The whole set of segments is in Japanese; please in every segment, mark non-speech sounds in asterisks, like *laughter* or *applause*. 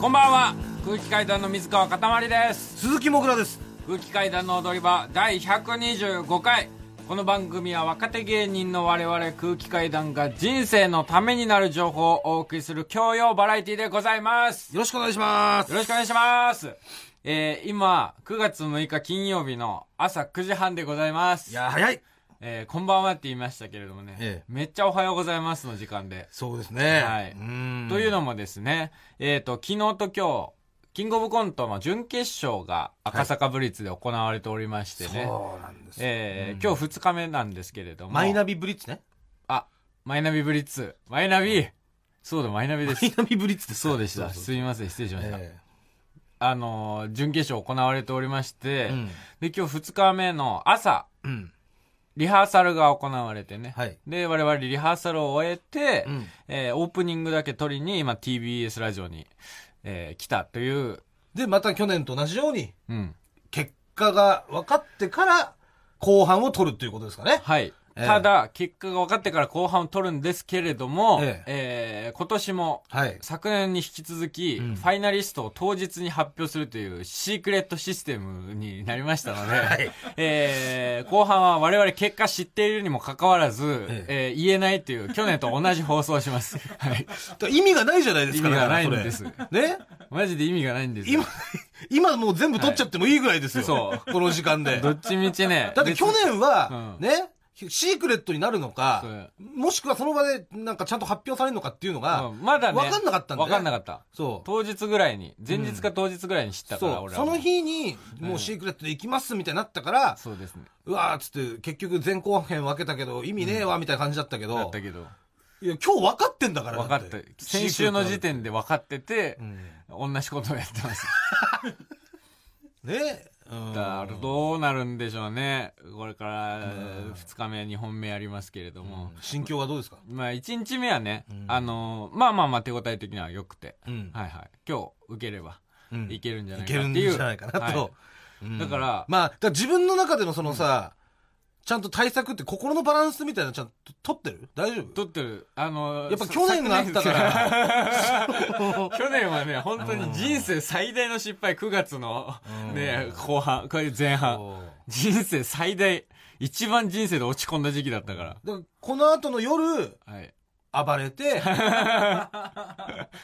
こんばんは空気階段の水川かたまりです鈴木もぐらです空気階段の踊り場第125回この番組は若手芸人の我々空気階段が人生のためになる情報をお送りする教養バラエティでございますよよろしくお願いしますろしくお願いしますえー、今9月6日金曜日の朝9時半でございますいや早いえー、こんばんはって言いましたけれどもね、ええめっちゃおはようございますの時間でそうですねはいうんというのもですね、えっ、と、昨日と今日、キングオブコントの準決勝が赤坂ブリッツで行われておりましてね、そうなんですえー今日2日目なんですけれども、マイナビブリッツねあ、マイナビブリッツ、マイナビ、そうだ、マイナビですマイ。ナビブリッツですそうでした。そうすみません、失礼しました。えあのー準決勝行われておりまして、うんで、今日2日目の朝、えうんリハーサルが行われてね。はいで、我々リハーサルを終えて、うんえーオープニングだけ撮りに、今 TBS ラジオに、えー来たという、でまた去年と同じようにうん。結果が分かってから後半を取るということですかねはい。ええただ、結果が分かってから後半を取るんですけれども、ええー今年も、はい昨年に引き続き、うんファイナリストを当日に発表するというシークレットシステムになりましたので、 *laughs* はいえー後半は我々結果知っているにもかかわらず、ええー言えないという去年と同じ放送をします。 *laughs* はい。だから意味がないじゃないですか意味がないんだからそれねマジで意味がないんですよ今。今もう全部取っちゃってもいいぐらいですよ、はいこの時間でどっちみちね。だって去年は、うんね、シークレットになるのか、そもしくはその場でなんかちゃんと発表されるのかっていうの別が、にうんまだね。分かんなかったんだよ分かんなかった。そう。当日ぐらいに、前日か当日ぐらいに知ったから、そう俺はそもう。の日にもうシークレットで行きますみたいになったから、そうですね。うわーっつって結局前後編分けたけど意味ねえわみたいな感じだったけど、だったけど。いや今日分かってんだから分かって、先週の時点で分かってて、同じことをやってます。でねうんだからどうなるんでしょうね。これから、2日目、2本目やりますけれども。心境はどうですかまあ、1日目はね、あのー、まあまあまあ手応え的には良くて、うんはいはい。今日受ければ、うんいけるんじゃないいかけなるっんていじう。ゃないかなと、はうんだからまあだから自分の中でのそのさ、ちゃんと対策って心のバランスみたいなのちゃんと取ってる大丈い夫撮ってる、あのー、やっぱ去年があったから *laughs* 去年はね、本当に人生最大の失敗、9月の、ね、後半、これ前半。そう人生最大、一番人生で落ち込んだ時期だったかだからこの後の夜ら。はい。暴れて *laughs*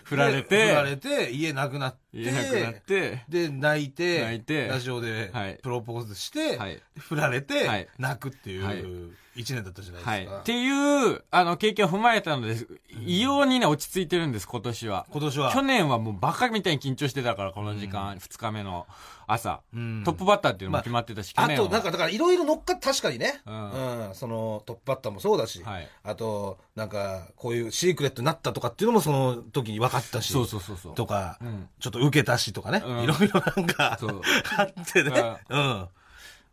振られでて、振られて、家なくなって、言えなくなって、で、泣いて、泣いてラジオではいプロポーズして、はい振られて、はい泣くってはいいう一年だったじゃなはいでいすか。。っていう、あの、経験を踏まえたので、異様にね、落ち着いてるんです、今年は。今年は。去年はもうバカみたいに緊張してたから、この時間、2日目の朝。んトップバッターっていうのも決まってたし、あ去年と、はなんか、だから、いろいろ乗っかって、確かにね。ううんん。その、トップバッターもそうだし。はいあと、なんか、こういうシークレットになったとかっていうのも、その時に分かったし。そうそうそうそう。とか、 *laughs* んちょっと受けたしとかね。うんいろいろなんかそう、 *laughs* あってね。うん。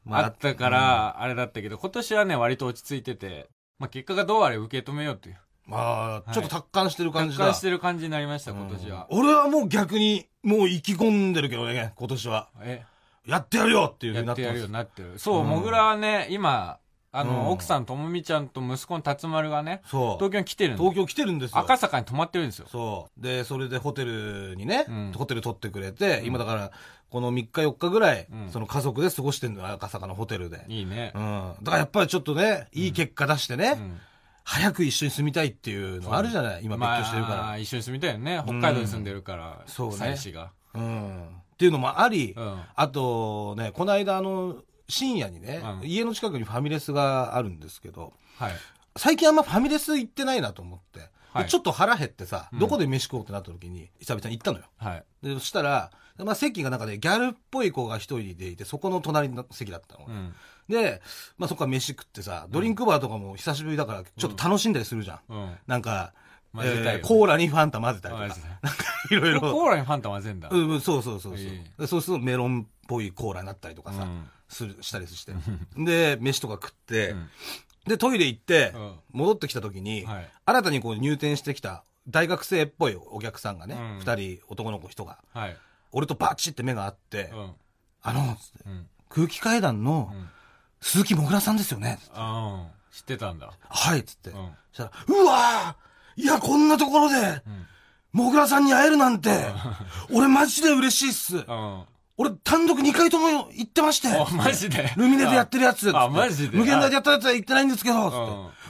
まあったから、あれだったけど、今年はね、割と落ち着いてて、まあ、結果がどうあれ受け止めようっていう。まあ、ちょっと達観してる感達じだ。観してる感じになりました、今年は。俺はもう逆に、もう意気込んでるけどね、今年は。え、やってやるよっていうふうやになっってやてまるようすに。なってる。そう、もぐらはね、今、あの、うん奥さん、ともみちゃんと息子の辰丸がね、そう。東京に来てるんで東京来てるんですよ。赤坂に泊まってるんですよ。そう。で、それでホテルにね、んホテル取ってくれて、今だから、この3日4日ぐらい、んその家族で過ごしてんのよ、赤坂のホテルで。うん。いいね。だからやっぱりちょっとね、いい結果出してね、ん早く一緒に住みたいっていうのあるじゃない、今別居してるから。まあ、一緒に住みたいよね。北海道に住んでるから、そうね妻子が。うん。っていうのもあり、うんあとね、この間あの、深夜にね、うん家の近くにファミレスがあるんですけど、はい。最近あんまファミレス行ってないなと思って、ではいちょっと腹減ってさ、どこで飯食おうってなった時に、久々に行ったのよ。はい。で、そしたら、まあ、席がなんかね、ギャルっぽい子が一人でいて、そこの隣の席だったの。うん。で、まあ、そこから飯食ってさ、ドリンクバーとかも久しぶりだから、ちょっと楽しんだりするじゃん。うん。なんか、混ぜたいよねえーコーラにファンタ混ぜたりとか、混なんぜかたいいろいろ。コーラにファンタ混ぜんだ。うんうん、そうそうそうそう。えでそうするとメロンっぽいコーラになったりとかさ、うんするしたりして。で、飯とか食って、うんで、トイレ行ってうん、戻ってきた時に、はい新たにこう入店してきた大学生っぽいお客さんがねうん、二、人男の子人が、はい。俺とバチって目があって、うん。あの、つっうてん。空気階段のうん鈴木もぐらさんですよね。ああ、知ってたんだ。はい、っつって。うんそしたら、うわーいや、こんなところで、もぐらさんに会えるなんて、俺マジで嬉しいっす。うん。俺単独2回とも行ってましてあ、、マジでルミネでやってるやつ。あ、つってマジで無限大でやったやつは行ってないんですけど、つっ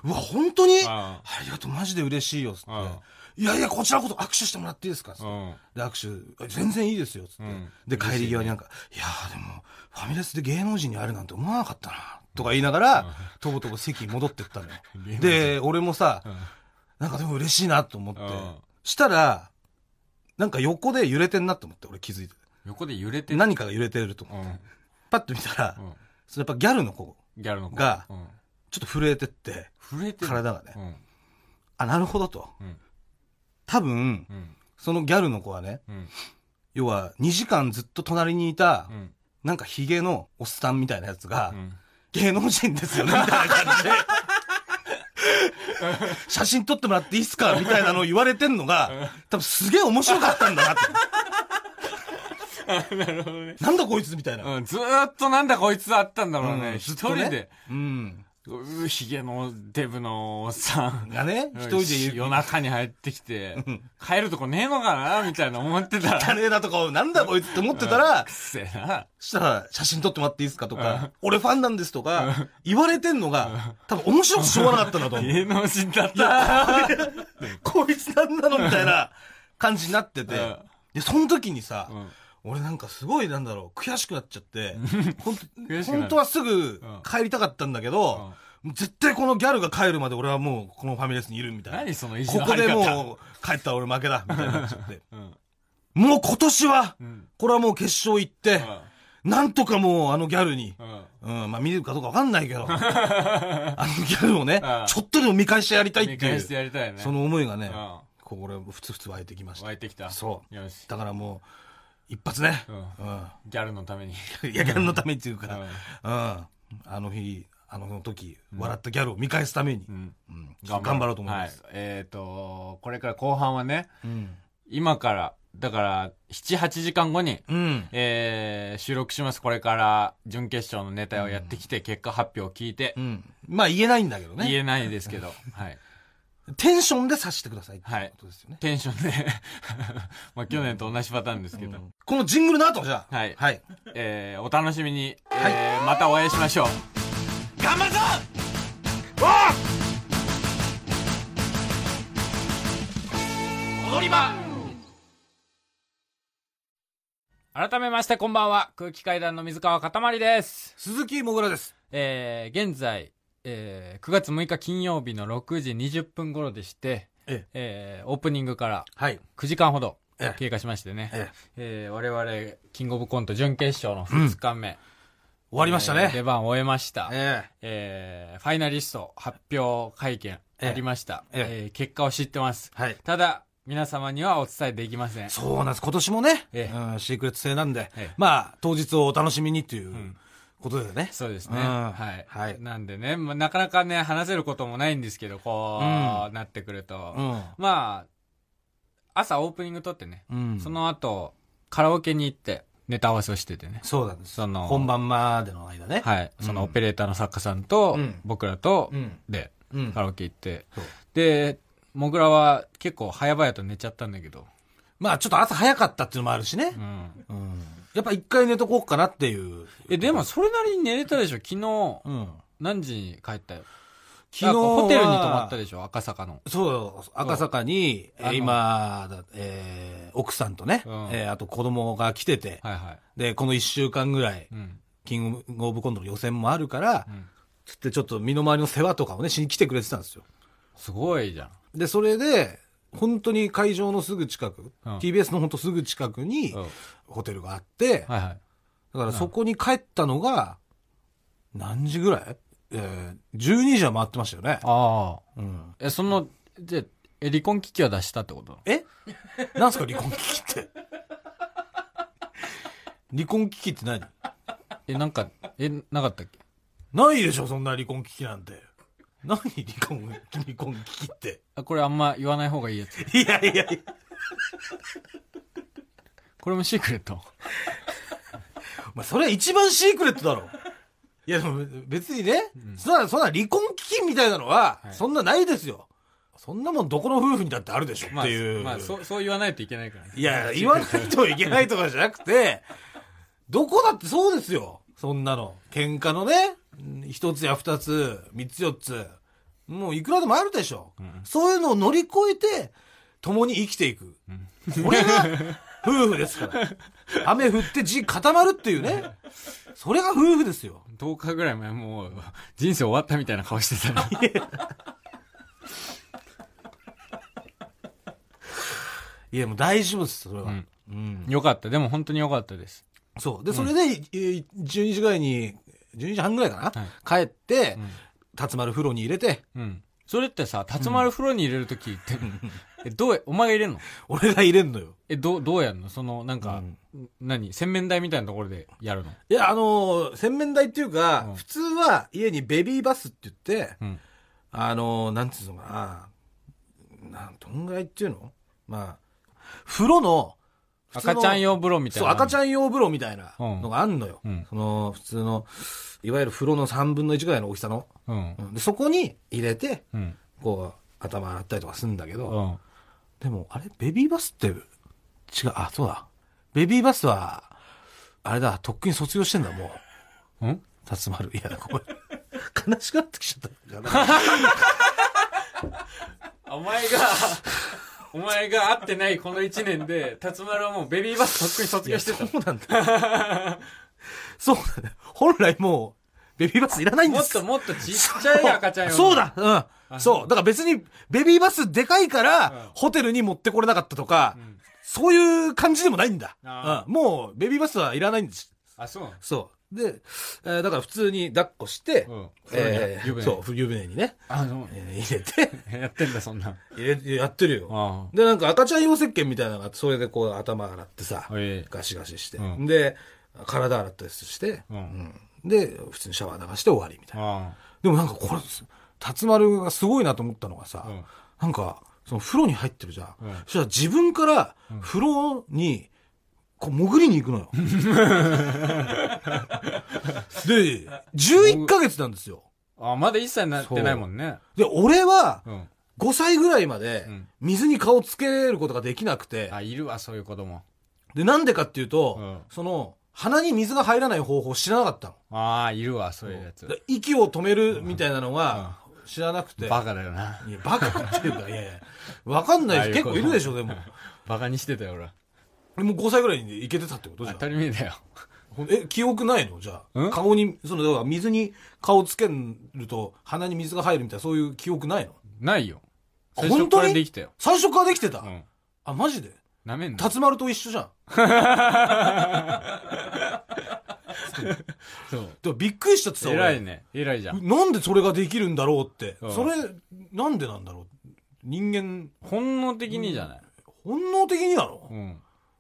て。うわ、本当にありがとう、マジで嬉しいよ、つってうん。いやいや、こちらこそ握手してもらっていいですかつってうん。で、握手、全然いいですよ、つって。んで、帰り際になんか、いやーでも、ファミレスで芸能人に会えるなんて思わなかったな、とか言いながら、とぼとぼ席に戻っ *laughs* てったのよ。で、俺もさ、なんかでも嬉しいなと思ってうん。したら、なんか横で揺れてんなと思って、俺気づいて。横で揺れてる。何かが揺れてるとう思って。ん。パッと見たらうん、それやっぱギャルの子、ギャルの子がうんちょっと震えてって、震えてる。体がねう。ん。あ、なるほどとうん。多分う、ん。そのギャルの子はね、うん。要は2時間ずっと隣にいたう、ん。なんかヒゲのおっさんみたいなやつが、うん芸能人ですよね、みたいな感じで。写真撮ってもらっていいっすかみたいなのを言われてんのが、多分すげえ面白かったんだなって。なんだこいつみたいな。うんずーっとなんだこいつあったんだろうね。うん一ずっと人ねで。うん。うーひげのデブのおっさん。がね、一人で言う。夜中に入ってきて、帰るとこねえのかなみたいな思ってたら。汚ねえなとか、なんだこいつって思ってたらく、せえな。したら写真撮ってもらっていいですかとか、俺ファンなんですとか、言われてんのが、多分面白くてしょうがなかったんだと思う。芸能人だった。こいつなんなのみたいな感じになっててうん。で、その時にさ、ん俺なんかすごいなんだろう、悔しくなっちゃって、本悔しく当なる本当はすぐ帰りたかったんだけど、絶対このギャルが帰るまで俺はもうこのファミレスにいるみたいな。何その意地このこ張りで方もう帰ったら俺負けだ、みたいになっち *laughs* ゃって。んもう今年は、んこれはもう決勝行って、なんとかもうあのギャルに、うん。うん、まあ見れるかどうかわかんない *laughs* けど、あのギャルをねうん、ちょっとでも見返してやりたいって見い返うして、やりたいね。その思いがねうん、こう俺、ふつふつ湧いてきました湧。いてきた。そうよし。だからもう、一発ね、うんうん。ギャルのために。い *laughs* や、ギャルのためっていうか、ううんん。あの日、あの時、笑ったギャルを見返すために、うん。頑張ろうと思います。はえっと、これから後半はね、うん。今から、だから、7、8時間後に、うん。えー収録します。これから、準決勝のネタをやってきて、結果発表を聞いてう、ん。まあ言えないんだけど言ね。えないですけど、はい。テンションで察してくださいってはいことですよね。テンションで *laughs* まあ去年と同じパターンですけど、このジングルの後じゃあ、はいはい。えーお楽しみに、えーまたお会いしましょう頑張るぞ踊り場改めましてこんばんは空気階段の水川かたまりです鈴木もぐらです。えー現在、えー9月6日金曜日の6時20分頃でして、えええーオープニングからはい。 9時間ほどええ経過しましてね、えええー我々キングオブコント準決勝の2日目、終わりましたえー出ね。番を終えました、ええーファイナリスト発表会見ええありました、ええー結果を知ってます、はいただ皆様にはお伝えできませんえそうなんです。今年もね、ええうん、シークレット制なんで、ええまあ、当日をお楽しみにということでね。そうですね、んはい、はい。なんでね、まあ、なかなかね話せることもないんですけどこう、なってくると、うん。まあ朝オープニング撮ってね、うんその後カラオケに行ってネタ合わせをしててねそうなんです。その本番までの間ね。はい、そのオペレーターの作家さんと、うん僕らと、うんでうんカラオケ行って、そうでもぐらは結構早々と寝ちゃったんだけど、まあちょっと朝早かったっていうのもあるしねう。ん、うんやっぱ一回寝とこうかなっていう。えでもそれなりに寝れたでしょ昨日うん。何時に帰ったよ昨日はホテルに泊まったでしょ赤坂のそうよ赤坂に、あえのー今だ、えー奥さんとね、うんえーあと子供が来てて、はいはいで、この一週間ぐらい、うんキングオブコントの予選もあるから、んつってちょっと身の回りの世話とかをね、しに来てくれてたんですよ。すごいじゃんで、それで、本当に会場のすぐ近く、うん TBS の本当すぐ近くにうん、ホテルがあって、はいはいだからそこに帰ったのが、何時ぐらいえー、12時は回ってましたよね。ああうん。えそのでえ、離婚危機を出したってことえなんすか離婚危機って。離婚危機って何え、なんか、え、なかったっけないでしょ、そんな離婚危機なんて。何離婚、離婚危機って。あ、これあんま言わない方がいいやつ。いやいやいや、これもシークレット。お前それは一番シークレットだろ。いやでも別にね、そんな、そんな離婚危機みたいなのは、いそんなないですよ。そんなもんどこの夫婦にだってあるでしょっていう。まあ、そう、そう言わないといけないからね。いや、言わないといけないとかじゃなくて、どこだってそうですよ。そんなの。喧嘩のね、うん一つや二つ、三つ四つ、もういくらでもあるでしょ。そういうのを乗り越えて、共に生きていく。これが夫婦ですから。雨降って地固まるっていうね。それが夫婦ですよ。 10日ぐらい前もう、人生終わったみたいな顔してたな。い *laughs* や、もう大丈夫です、それは。んうんよかった。でも本当によかったです。そう。で、それで、えー12時ぐらいに、12時半ぐらいかな、帰って、辰丸風呂に入れて、うん。それってさ、辰丸風呂に入れるときって、え、どうや、お前が入れんの俺が入れんのよ。え、どう、どうやんのその、なんか、何洗面台みたいなところでやるのいや、あのー洗面台っていうか、うん普通は家にベビーバスって言って、うん。あのーなんつうのかな、なん、どんぐらいっていうのまあ、風呂の、普通の赤ちゃん用風呂みたいそう、な。赤ちゃん。ゃん用風呂みたいなのがあんのよ。うんうんその、普通の、いわゆる風呂の3分の1ぐらいの大きさの。うんう。んで、そこに入れて、うん。こう、頭洗ったりとかするんだけど、うん。でも、あれベビーバスって、違う、あ、そうだ。ベビーバスは、あれだ、とっくに卒業してんだ、もう。うん辰丸。いや、ごめん。悲しくなってきちゃった。お前が、お前が会ってないこの1年で、辰丸はもうベビーバスとっくに卒いや、そうなんだ。そうだね。本来もう、ベビーバスいらないんでもっす。ともっとちっちゃい赤ちゃん用そうだ、うん。そう。だから別に、ベビーバスでかいから、うんホテルに持ってこれなかったとか、そういう感じでもないんだ。あうん、もう、ベビーバスはいらないんです。あ、そうなのそう。で、えーだから普通に抱っこして、うんえー湯船にそう、湯船にね、あの、えー入 *laughs* れて、やってんだ、そんな。入れやってるよ。あで、なんか赤ちゃん用石鹸みたいなのがあってそれでこう頭洗ってさ、ええガシガシして、うんで、体洗ったりして、うんうんで、普通にシャワー流して終わりみたいな。あ。でもなんかこれ、辰丸がすごいなと思ったのがさ、うんなんか、その風呂に入ってるじゃん。うんそしたら自分から風呂に、こう潜りに行く *laughs* のよ。で、11ヶ月なんですよ。あ、まだ1歳になってないもんね。で、俺はうん。 5歳ぐらいまでうん水に顔つけることができなくて、あ、いるわ、そういう子供。で、なんでかっていうと、うんその、鼻に水が入らない方法を知らなかったの。ああ、いるわ、そういうやつ。で息を止めるみたいなのが知らなくて。バカだよな。いや、バカっていうか、いやいや、わかんないです。結構いるでしょ、でも。バカにしてたよ、俺。でもう5歳ぐらいにいけてたってことじゃ当た。んり前だよ。ほんえ、記憶ないのじゃあ。ん顔に、その、だから水に顔つけると鼻に水が入るみたいな、そういう記憶ないのないよ。最本初当かにらできたよ。最初からできてた、うん。あ、マジでなめんな。辰丸と一緒じゃん。そう。でもびっくりしちゃってさ、偉いね。偉いじゃ俺。ん。なんでそれができるんだろうって。うんそれ、なんでなんだろう人間、本能的にじゃない。本能的になの、うん。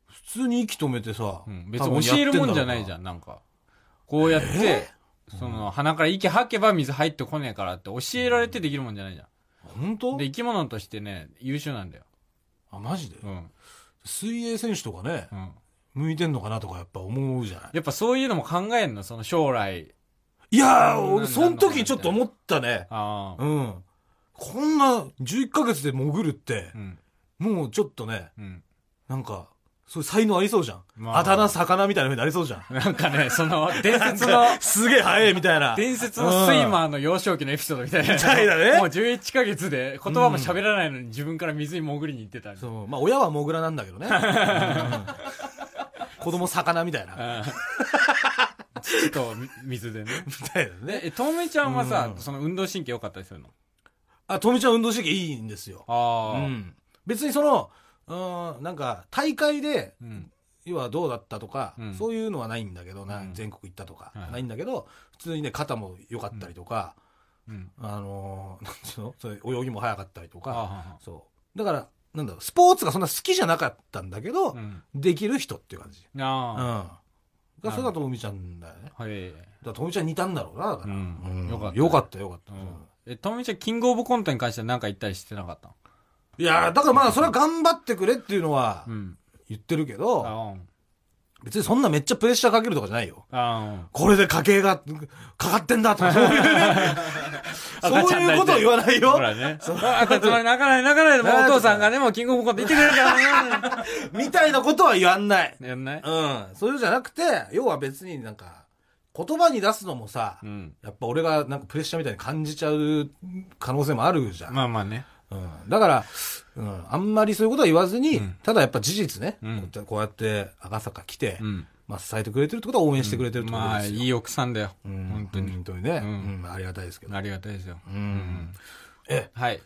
普通に息止めてさ。うん、別に教えるもんじゃないじゃん。ん、なんか。こうやって、その、鼻から息吐けば水入ってこねえからって教えられてできるもんじゃないじゃ本当ん。で、生き物としてね、優秀なんだよ。あ、マジで、うん。水泳選手とかね、うん。向いてんのかなとかやっぱ思うじゃないやっぱそういうのも考えんの、その将来。いやー、うん俺、その時ちょっと思ったね。ああ。うん。こんな11ヶ月で潜るってう、ん。もうちょっとね、うん。なんか、そういう才能ありそうじゃん。まああだ名、魚みたいな風になりそうじゃん。なんか *laughs* ね、その、伝説の、すげえ早いみたいな。伝説のスイマーの幼少期のエピソードみたいな。みたいなねもう11ヶ月で言葉も喋らないのに自分から水に潜りに行ってたんで。そう。まあ、親はモグラなんだけど *laughs* ね。うん子供魚みたいな。ああちょっと、み水でね。みたいなね。 *laughs* え、とめちゃんはさ、うんその運動神経良かったりするのあ、とみちゃん運動神経いいんですよ。うああ、ん。別にその、うん、なんか、大会で、うん。要はどうだったとか、うんそういうのはないんだけどな、うん全国行ったとか、はいないんだけど、普通にね、肩も良かったりとか、うん。 *laughs* あのーなんつうのそれ泳ぎも早かったりとあか、あそう。だから、なんだろう、スポーツがそんな好きじゃなかったんだけど、うんできる人っていう感じ。うん。あがそれがともみちゃんだよね。だかあ、はい。らともみちゃん似たんだろうな、だから。うんうよかったよかった、よかった。うんえ、ともみちゃん、キングオブコントに関しては何か言ったりしてなかったいやーだからまあ、それは頑張ってくれっていうのはうん。言ってるけど、あうん。別にそんなめっちゃプレッシャーかけるとかじゃないよ。あこれで家計がかかってんだとか、そう *laughs* いうね、そういうことを言わないうん。よほ。らね。あ、つまり、泣かない、泣かないで、もうお父さんがね、もうキングオブコント言ってくれるからね。みたいなことは言わんない。やんない *laughs* うん。そういうじゃなくて、要は別になんか、言葉に出すのもさ、うん。やっぱ俺がなんかプレッシャーみたいに感じちゃう可能性もあるじゃん。まあまあね。うん、だから、うん、あんまりそういうことは言わずに、ただやっぱ事実ね、んこうやってこうやって赤坂来て、んまあ支えてくれてるってことは応援してくれてるってことまあ、ですよ。いい奥さんだよ。うん本当に。本当にね、うんありがたいですけど。ありがたいですよ。うんえはい。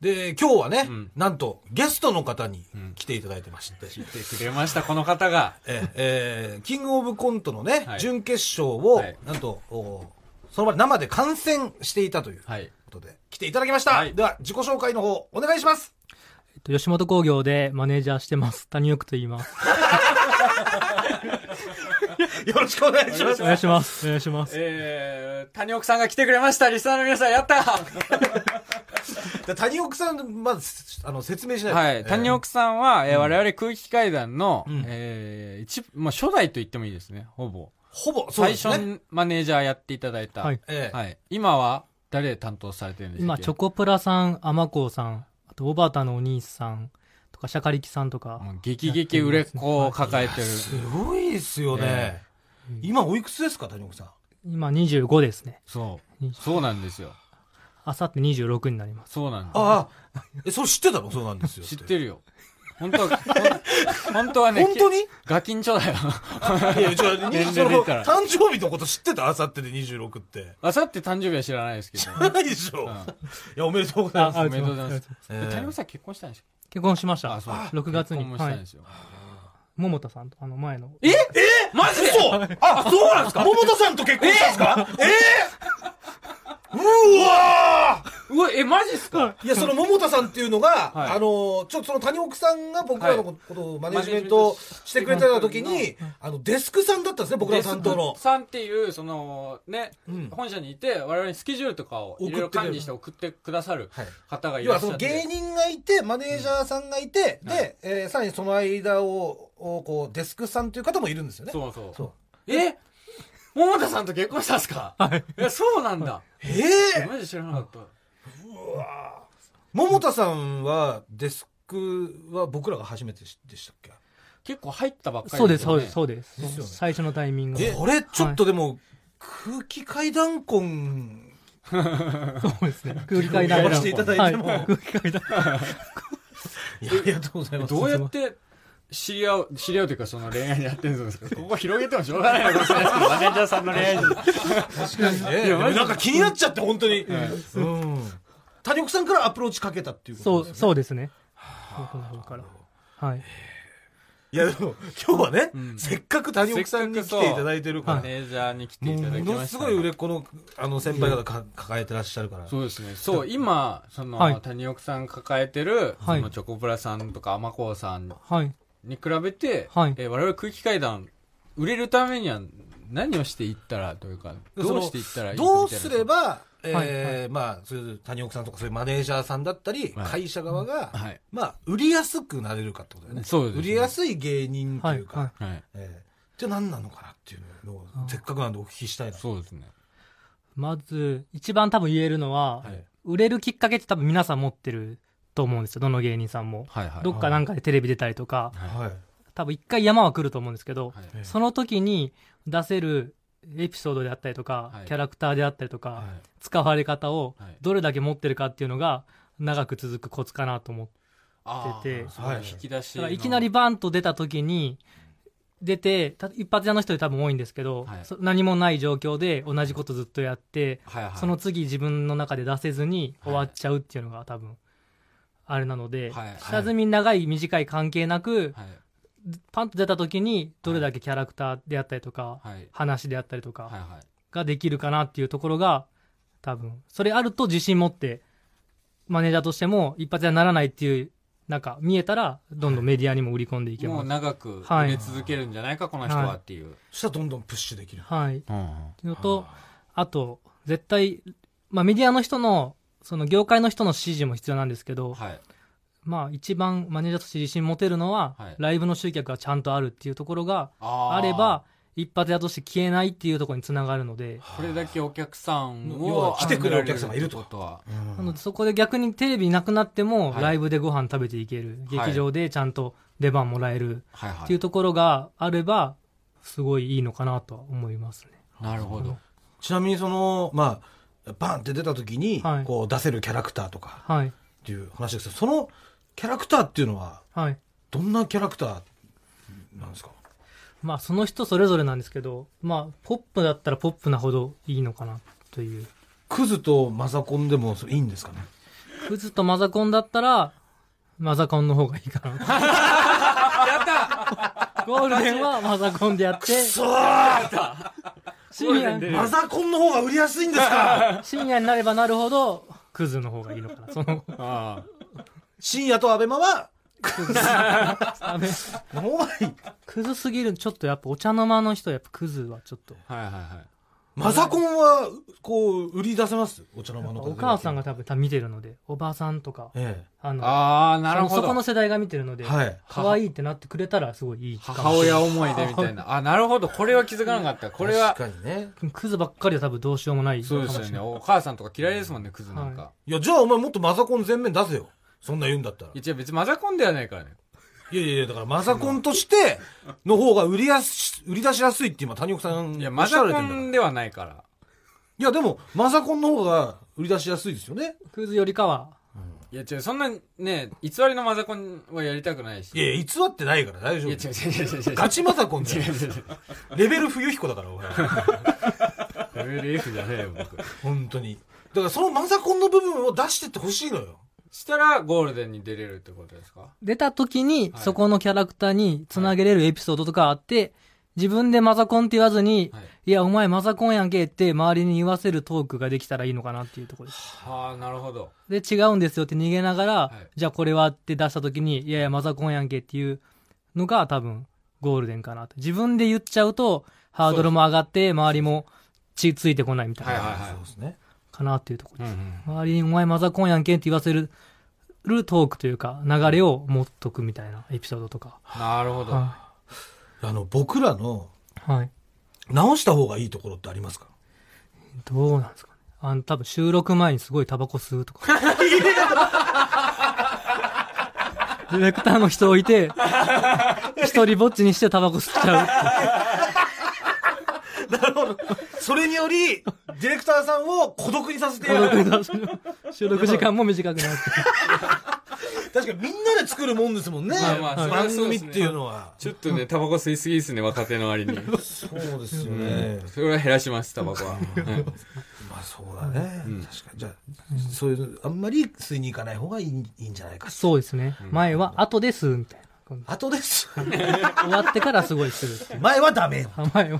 で、今日はね、なんとゲストの方に来ていただいてまして、来てくれました、この方が。えーえーキングオブコントのね、はい準決勝を、はいなんと、おーその場で生で観戦していたというこはい。とで、来ていただきました、はいでは、自己紹介の方、お願いしますえっと吉本興業でマネージャーしてます。谷奥と言います。よろしくお願いしますお願いします。お願いします。えー、谷奥さんが来てくれました、リスナーの皆さん、やったで谷奥さん、まず、あの、説明しない *laughs* とはい。えー谷奥さんは、えー我々空気階段の、えー一、まあ、初代と言ってもいいですね、ほぼ。ほぼ、そう最です初ね。にマネージャーやっていただいた。ははいい。ええ今は、誰担当されてるんですか今、チョコプラさん、アマコさん、あと、オバタのお兄さんとか、シャカリキさんとか。もう激激売れっ子を抱えてる。すごいですよね。今、おいくつですか、谷奥さん。今25ですね。そう。そうなんですよ。あさって26になります。そうなんです。ああ、え、それ知ってたのそうなんですよ。知ってるよ。本 *laughs* 当は、ほん本当はね、本当にガキンチョだよ。 *laughs* い *laughs* や、じゃあ、年にそ齢で言のったら誕生日のこと知ってたあさってで26って。あさって誕生日は知らないですけど。ないでしょ。いや、おめでとうございます。あおめでとうございありまがすとうござい。えー谷本さん結婚したんですよ。結婚しました。そう6月結に。婚もしたはんでい。すよ。桃田さんと、あの前の。えマジで嘘あ、そうなんですか桃田さんと結婚したんですかええうわうわ、え、マジっすかーいや、その桃田さんっていうのが、はいあのー、ちょっとその谷奥さんが僕らはのことをマネジメントしてくれてた時マネジに、あの、デスクさんだったんですね、僕らの担当の。さんっていう、その、ね、ん本社にいて、我々にスケジュールとかをいろいろ管理して送ってくださる方がい要らっはしそゃのって。芸人がいて、マネージャーさんがいて、で、えーさらにその間を、をこう、デスクさんという方もいるんですよね。そうそう。そえ桃田さんと結婚したんすかはい。や、そうなんだ。ええマジで知らなかった。桃田さんは、デスクは僕らが初めてでしたっけ結構入ったばっかりそうです、よそうねです、そうでです。すよね最初のタイミングこれちょっとでも、空気階段婚そうですね。空気階段呼ばせていただいてもは *laughs* 空気階段。いやありがとうございますどうやって知り合う、知り合うというかその恋愛にやってるんですかここ広げてもしょうがない *laughs* のかもしれないですけど、マネージャーさんの恋愛に。確かにねいでやもマジでなんか気になっちゃって本当に、はいうん谷奥さんからアプローチかけたっていうことですそう、ねそうですね。僕の方から。はい。いやでも今日はね、せっかく谷奥さんに来ていただいてるかマら、ネージャーに来ていただきました、ものすごい売れっ子のあの先輩方か抱えてらっしゃるからそうですね。そう、今、その、はい谷奥さん抱えてる、はいそのチョコプラさんとかアマコさんはい。に比べて、はいえー我々空気階段、売れるためには何をしていったらというか、そどのうしていったらいいかみたいなどうすれば、えーはいまあ、そういう谷奥さんとかそういうマネージャーさんだったり、はい会社側が、はいまあ、売りやすくなれるかってことだよね。そうですね売りやすい芸人とはいうい。か、はい。はい。えーじゃあ何なのかなっていうのを、せっかくなんでお聞きしたいな。そうですね。まず、一番多分言えるのは、はい売れるきっかけって多分皆さん持ってると思うんですよ。どの芸人さんも。はいはい。どっかなんかでテレビ出たりとか、はい。多分一回山は来ると思うんですけど、はいその時に出せるエピソードであったりとか、はいキャラクターであったりとか、はい使われ方をはいどれだけ持ってるかっていうのが長く続くコツかなと思って。あー出てそうだはい引き出しだの。からいきなりバンと出た時に、出て、た一発屋の人で多分多いんですけど、はいそ何もない状況で同じことずっとやって、はいはい、その次自分の中で出せずにはい終わっちゃうっていうのが多分、あれなので、はい下積み長い短い関係なく、はい。パンと出た時にどれだけキャラクターであったりとか、はい。話であったりとはいかはい。ができるかなっていうところが、多分、それあると自信持って、マネージャーとしても一発屋にならないっていうなんか見えたらどんどんメディアにも売り込んでいけもまうす、長く売れ続けるんじゃないか、この人はっていう、そしたらどんどんプッシュできる。はい、うんのとあと絶対、まあ、メディアの人のその業界の人の指示も必要なんですけど、はいまあ、一番マネージャーとして自信持てるのは、はいライブの集客がちゃんとあるっていうところがあーあれば一発屋として消えないっていうところにつながるので、これだけお客さん要はを来てくれるお客さんがいる集とめられってことはなのでそこで逆にテレビなくなっても、はいライブでご飯食べていけるはい劇場でちゃんと出番もらえるはいはっていういところがあればすごいいいのかなとは思いますね。なるほどちなみにその、まあ、バンって出た時に、はいこう出せるキャラクターとかはい、っていう話ですけど、そのキャラクターっていうのは、はいどんなキャラクターなんですかまあその人それぞれなんですけど、まあポップだったらポップなほどいいのかなという。クズとマザコンでもそれいいんですかねクズとマザコンだったら、マザコンの方がいいかな。やったゴールデンはマザコンでやって、そう深で夜マザコンの方が売りやすいんですか深夜になればなるほど、クズの方がいいのかな。その、あ深夜とアベマは、ダメおいクズすぎる、ちょっとやっぱお茶の間の人、やっぱクズはちょっと。あはいはいはいマザコンは、こう、売り出せますお茶の間の方お母さんが多分多分見てるので、おばあさんとか、えあの、ああなるそのほそどこの世代が見てるので、え。はい。可愛いってなってくれたらすごいいいかもしれない母親思いでみたいなあなるほどこれは気づかなかったこれは確かにね。クズばっかりは多分どうしようもないかそうもでしすれよない。ねお母さんとか嫌いですもんねクズなんか、はいや、じゃあお前もっとマザコン全面出せよ。そんな言うんだったら。い、や違う別にマザコンではないからねいやいやいや、だからマザコンとして、の方が売りやす、売り出しやすいって今谷岡さんいやおっマしゃザられてコんだから。いンではないからや、でも、マザコンの方が売り出しやすいですよね。クズよりかは、いや違うそんなね偽りのマザコンはやりたくないしいやいや、偽ってないから大丈いや違夫。う違う違う違うガチマザコンじ違ゃうん違う違う *laughs* レベル冬彦だから、俺。 WLF じゃねえよ僕本当に。だからそのマザコンの部分を出してってほしいのよ。したらゴールデンに出れるってことですか出た時に、はいそこのキャラクターにつなげれるエピソードとかあって、自分でマザコンって言わずに、はいい、や、お前マザコンやんけって周りに言わせるトークができたらいいのかなっていうところです。はあなるほどで、違うんですよって逃げながら、いじゃあこれはって出した時に、いやいや、マザコンやんけっていうのが多分ゴールデンかなと。自分で言っちゃうと、ハードルも上がって、周りも血ついてこないみたいはいはな、いはいそうですね。かなっていうところです。うん周りにお前マザコンやんけんって言わせるるトークというか流れを持っとくみたいなエピソードとかなるほどはあの、僕らのい、はい、直した方がいいところってあ *laughs* りますかどうなんですかねあの多分収録前にすごいタバコ吸うとかディレクターの人置いて一人ぼっちにしてタバコ吸っちゃうなるほど。それにより、ディレクターさんを孤独にさせてや孤る。独だし収録時間も短くなって確かにみんなで作るもんですもんね。まあまあそれは番そう組でっすねていうのは。ちょっとねタバコ吸いすぎですね若手の割 *laughs* にそうですよね。それは減らしますタバコ *laughs* は、はいまあそうだね。確かに。じゃあ、そういう、あんまり吸いに行かない方がいいいいんじゃないか。そうですね前は後で吸うみたいな後です。終わってからすごい吸うっていう前はダメ。あ前は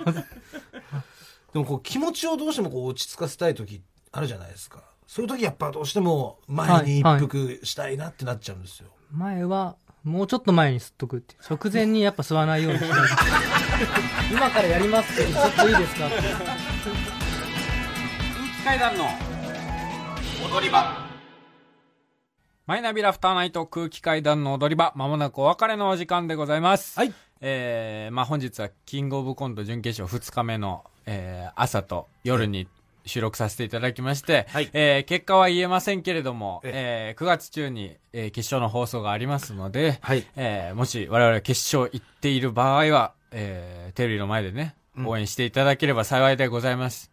でもこう気持ちをどうしてもこう落ち着かせたい時あるじゃないですか。そういう時やっぱどうしても前に一服したいなってなっちゃうんですよ。前はもうちょっと前に吸っとくって直前にやっぱ吸わないようにして今からやりますけどちょっといいですかって空気階段の踊り場マイナビラフターナイト空気階段の踊り場まもなくお別れのお時間でございますはいえーまあ本日はキングオブコント準決勝2日目の、えー朝と夜に収録させていただきまして、はいえー結果は言えませんけれども、ええー9月中に、えー決勝の放送がありますので、はいえーもし我々決勝行っている場合は、えーテレビの前でね、応援していただければ幸いでございます。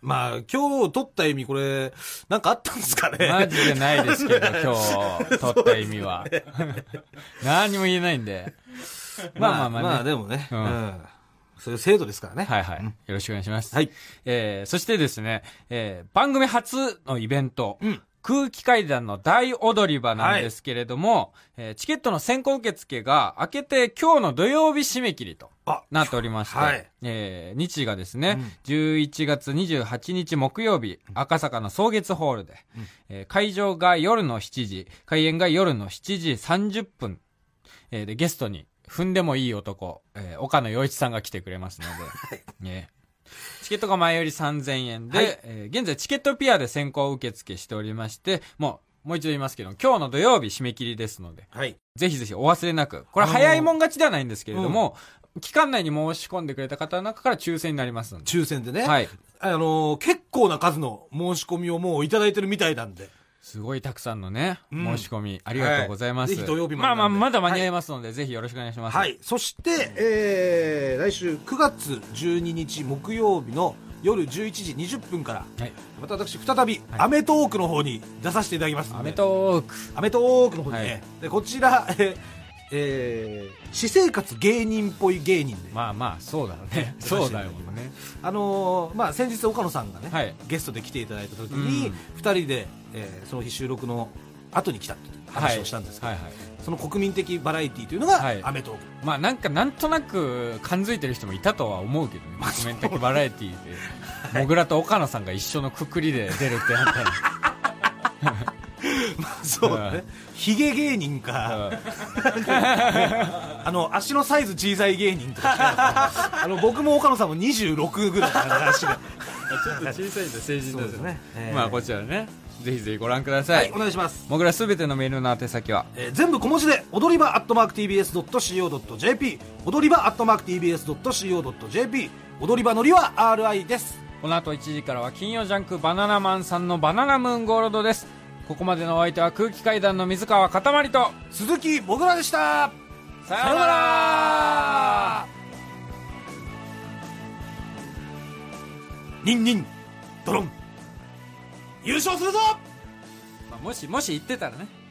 まあ今日取った意味これ、なんかあったんですかねマジでないですけど、今日、取った意味 *laughs* は。何にも言えないんで。まあまあまあ、ねまあでもね、ううんん。そういう制度ですからね。はいはい、よろしくお願いします。はい。えー、そしてですね、えー、番組初のイベント、空気階段の大踊り場なんですけれども、えーチケットの先行受付が明けて今日の土曜日締め切りとあなっておりまして、はいえー日時がですね、11月28日木曜日、赤坂の草月ホールで、えー会場が夜の7時、開演が夜の7時30分、えーで、ゲストに、踏んでもいい男、えー岡野陽一さんが来てくれますので、ねチケットが前より3000円で、えー現在チケットピアで先行受付しておりまして、もう、もう一度言いますけど、今日の土曜日締め切りですので、はい。ぜひぜひお忘れなく。これ早いもん勝ちではないんですけれども、期間内に申し込んでくれた方の中から抽選になりますので。抽選でね。はい。あのー結構な数の申し込みをもういただいてるみたいなんで。すごいたくさんのね、ん申し込み、ありがとうございます。はいぜひ土曜日までまあまあ、なんでまだ間に合いますので、ぜひよろしくお願いします。はい。そして、えー、来週9月12日木曜日の夜11時20分から、はい。また私再び、アメトーークの方に出させていただきますのでアメトーク。アメトーークの方にね、はいでこちら、え *laughs* ーえー私生活芸人っぽい芸人で、まあまあ、そうだろう *laughs* ね。そうだよね。あのーまあ、先日岡野さんがね、はいゲストで来ていただいた時に、うん二2人で、えーその日収録の後に来たっていう話をしたんですけど、はいはいはいその国民的バラエティーというのが、はいアメトーークまあなんかなんとなく感づいてる人もいたとは思うけど *laughs* ね、コメントバラエティーで、もぐらと岡野さんが一緒のくくりで出るってなったら、そうだうねんヒゲ芸人か、あの足のサイズ小さい芸人とかしかあの僕も岡野さんも26ぐらいの話ちょがっと小さいんだ、成人そうですね、えーまあこちらね、ぜひぜひご覧くださ。はいいお願いします、もぐらすべてのメールの宛先は、えー全部小文字で踊り場アットマーク TBS.CO.JP 踊り場アットマーク TBS.CO.JP 踊り場のりは RI ですこの後1時からは金曜ジャンクバナナマンさんのバナナムーンゴールドです。ここまでのお相手は空気階段の水川かたまりと、鈴木もぐらでしたささようならニンニンドロン優勝するぞまあもし、もし言ってたらね。